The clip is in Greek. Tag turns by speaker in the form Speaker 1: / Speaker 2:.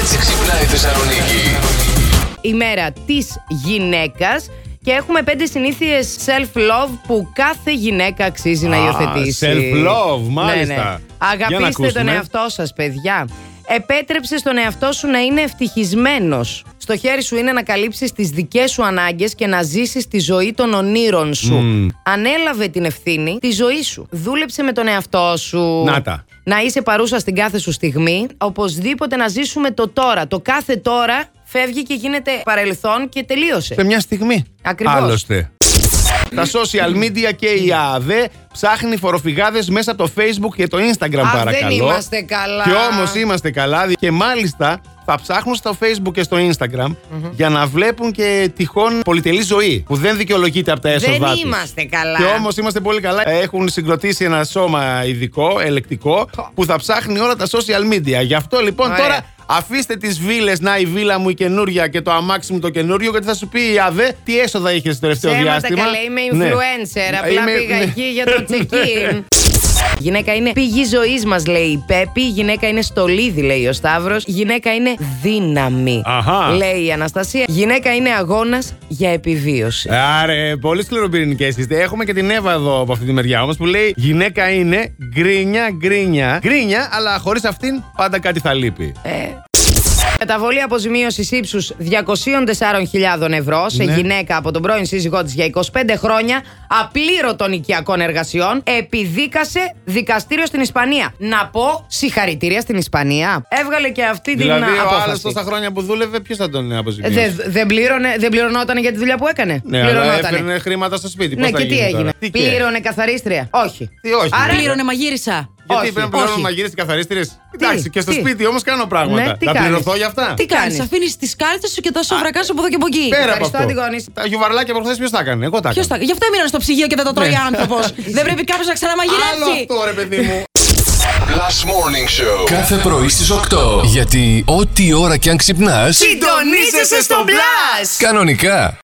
Speaker 1: έτσι ξυπνάει η Θεσσαλονίκη.
Speaker 2: ημέρα της γυναίκας και έχουμε πέντε συνήθειες self-love που κάθε γυναίκα αξίζει να
Speaker 3: Α,
Speaker 2: υιοθετήσει.
Speaker 3: self-love,
Speaker 2: Ναι,
Speaker 3: μάλιστα.
Speaker 2: ναι.
Speaker 3: Για να
Speaker 2: Αγαπήστε τον
Speaker 3: ακούσουμε.
Speaker 2: εαυτό σας, παιδιά. Επέτρεψε στον εαυτό σου να είναι ευτυχισμένος. Στο χέρι σου είναι να καλύψεις τις δικές σου ανάγκες και να ζήσεις τη ζωή των ονείρων σου. Ανέλαβε την ευθύνη τη ζωή σου. Δούλεψε με τον εαυτό σου.
Speaker 3: Να τα.
Speaker 2: Να είσαι παρούσα στην κάθε σου στιγμή. Οπωσδήποτε να ζήσουμε το τώρα. Το κάθε τώρα φεύγει και γίνεται παρελθόν και τελείωσε.
Speaker 3: Σε μια στιγμή.
Speaker 2: Ακριβώς. Ναι.
Speaker 3: Άλλωστε. Τα social media και η ΑΔΕ ψάχνει φοροφυγάδες μέσα από το Facebook και το Instagram,
Speaker 2: Α,
Speaker 3: παρακαλώ.
Speaker 2: δεν είμαστε καλά.
Speaker 3: Και όμως είμαστε καλά. Και μάλιστα θα ψάχνουν στο Facebook και στο Instagram για να βλέπουν και τυχόν πολυτελή ζωή που δεν δικαιολογείται από τα έσοδα.
Speaker 2: Δεν
Speaker 3: τους.
Speaker 2: είμαστε καλά.
Speaker 3: Και όμως είμαστε πολύ καλά. Έχουν συγκροτήσει ένα σώμα ειδικό, ελεκτικό, που θα ψάχνει όλα τα social media. Γι' αυτό λοιπόν
Speaker 2: Ωραία.
Speaker 3: τώρα αφήστε τις βίλες. Να η βίλα μου η καινούρια και το αμάξι μου το καινούριο, γιατί θα σου πει η ΑΔΕ τι έσοδα είχες στο τελευταίο
Speaker 2: Ψέματα
Speaker 3: διάστημα.
Speaker 2: καλά, είμαι
Speaker 3: Ναι.
Speaker 2: influencer. Απλά
Speaker 3: Είμαι-
Speaker 2: πήγα
Speaker 3: ναι.
Speaker 2: εκεί για το check-in. Η γυναίκα είναι πηγή ζωής μας, λέει η Πέπη. Η γυναίκα είναι στολίδι, λέει ο Σταύρος. Η γυναίκα είναι δύναμη,
Speaker 3: Αχα.
Speaker 2: λέει η Αναστασία. Η γυναίκα είναι αγώνας για επιβίωση.
Speaker 3: Άρα, πολύ σκληροπυρηνικέ είστε. Έχουμε και την Εύα εδώ από αυτή τη μεριά όμως που λέει Γυναίκα είναι γκρίνια, γκρίνια. Γκρίνια, αλλά χωρίς αυτήν πάντα κάτι θα λείπει.
Speaker 2: Ε, Καταβολή αποζημίωσης ύψους 204.000 ευρώ σε
Speaker 3: Ναι.
Speaker 2: γυναίκα από τον πρώην σύζυγό της για 25 χρόνια απλήρωτων οικιακών εργασιών επιδίκασε δικαστήριο στην Ισπανία. Να πω συγχαρητήρια στην Ισπανία. Έβγαλε και αυτή
Speaker 3: δηλαδή,
Speaker 2: την
Speaker 3: ο άλλο
Speaker 2: απόφαση.
Speaker 3: τόσα χρόνια που δούλευε, ποιος θα τον αποζημιώσει.
Speaker 2: Ε, Δεν δεν πλήρωνε, δεν πληρωνόταν για τη δουλειά που έκανε.
Speaker 3: Ναι, αλλά
Speaker 2: Πληρωνότανε.
Speaker 3: έπαιρνε χρήματα στο σπίτι.
Speaker 2: Ναι,
Speaker 3: Πώς θα
Speaker 2: και τι
Speaker 3: γίνει
Speaker 2: έγινε.
Speaker 3: τώρα? Τι και.
Speaker 2: Πλήρωνε καθαρίστρια. Όχι.
Speaker 3: Τι όχι.
Speaker 2: Άρα-
Speaker 3: Πλήρωνε.
Speaker 4: Πλήρωνε μαγείρισα.
Speaker 3: Γιατί
Speaker 2: όχι,
Speaker 3: πρέπει να πληρώνω
Speaker 2: όχι.
Speaker 3: μαγείρε και καθαρίστρε. Εντάξει, και στο
Speaker 2: τι.
Speaker 3: σπίτι όμως κάνω πράγματα.
Speaker 2: Ναι, τι
Speaker 3: να
Speaker 2: κάνεις.
Speaker 3: πληρωθώ για αυτά.
Speaker 2: Τι κάνεις.
Speaker 4: Κάνεις, αφήνεις τις κάρτες σου και τόσο βρακά από εδώ και από εκεί.
Speaker 3: Πέρα από
Speaker 2: Ευχαριστώ,
Speaker 3: αυτό.
Speaker 2: Αντιγόνης.
Speaker 3: Τα γιουβαρλάκια προχθές ποιος τα έκανε. Εγώ τα
Speaker 4: Ποιος
Speaker 3: έκανα.
Speaker 4: τα. Γι' αυτό έμειναν στο ψυγείο και δεν το τρώει άνθρωπος. δεν πρέπει κάποιος να
Speaker 3: Άλλο
Speaker 4: ξαναμαγειρεύσει.
Speaker 3: αυτό, ρε παιδί μου.
Speaker 1: Last Morning Show.
Speaker 5: Κάθε πρωί στις 8. Γιατί ό,τι ώρα κι αν ξυπνάς,
Speaker 2: Συντονίζεσαι στο μπλα!
Speaker 5: κανονικά.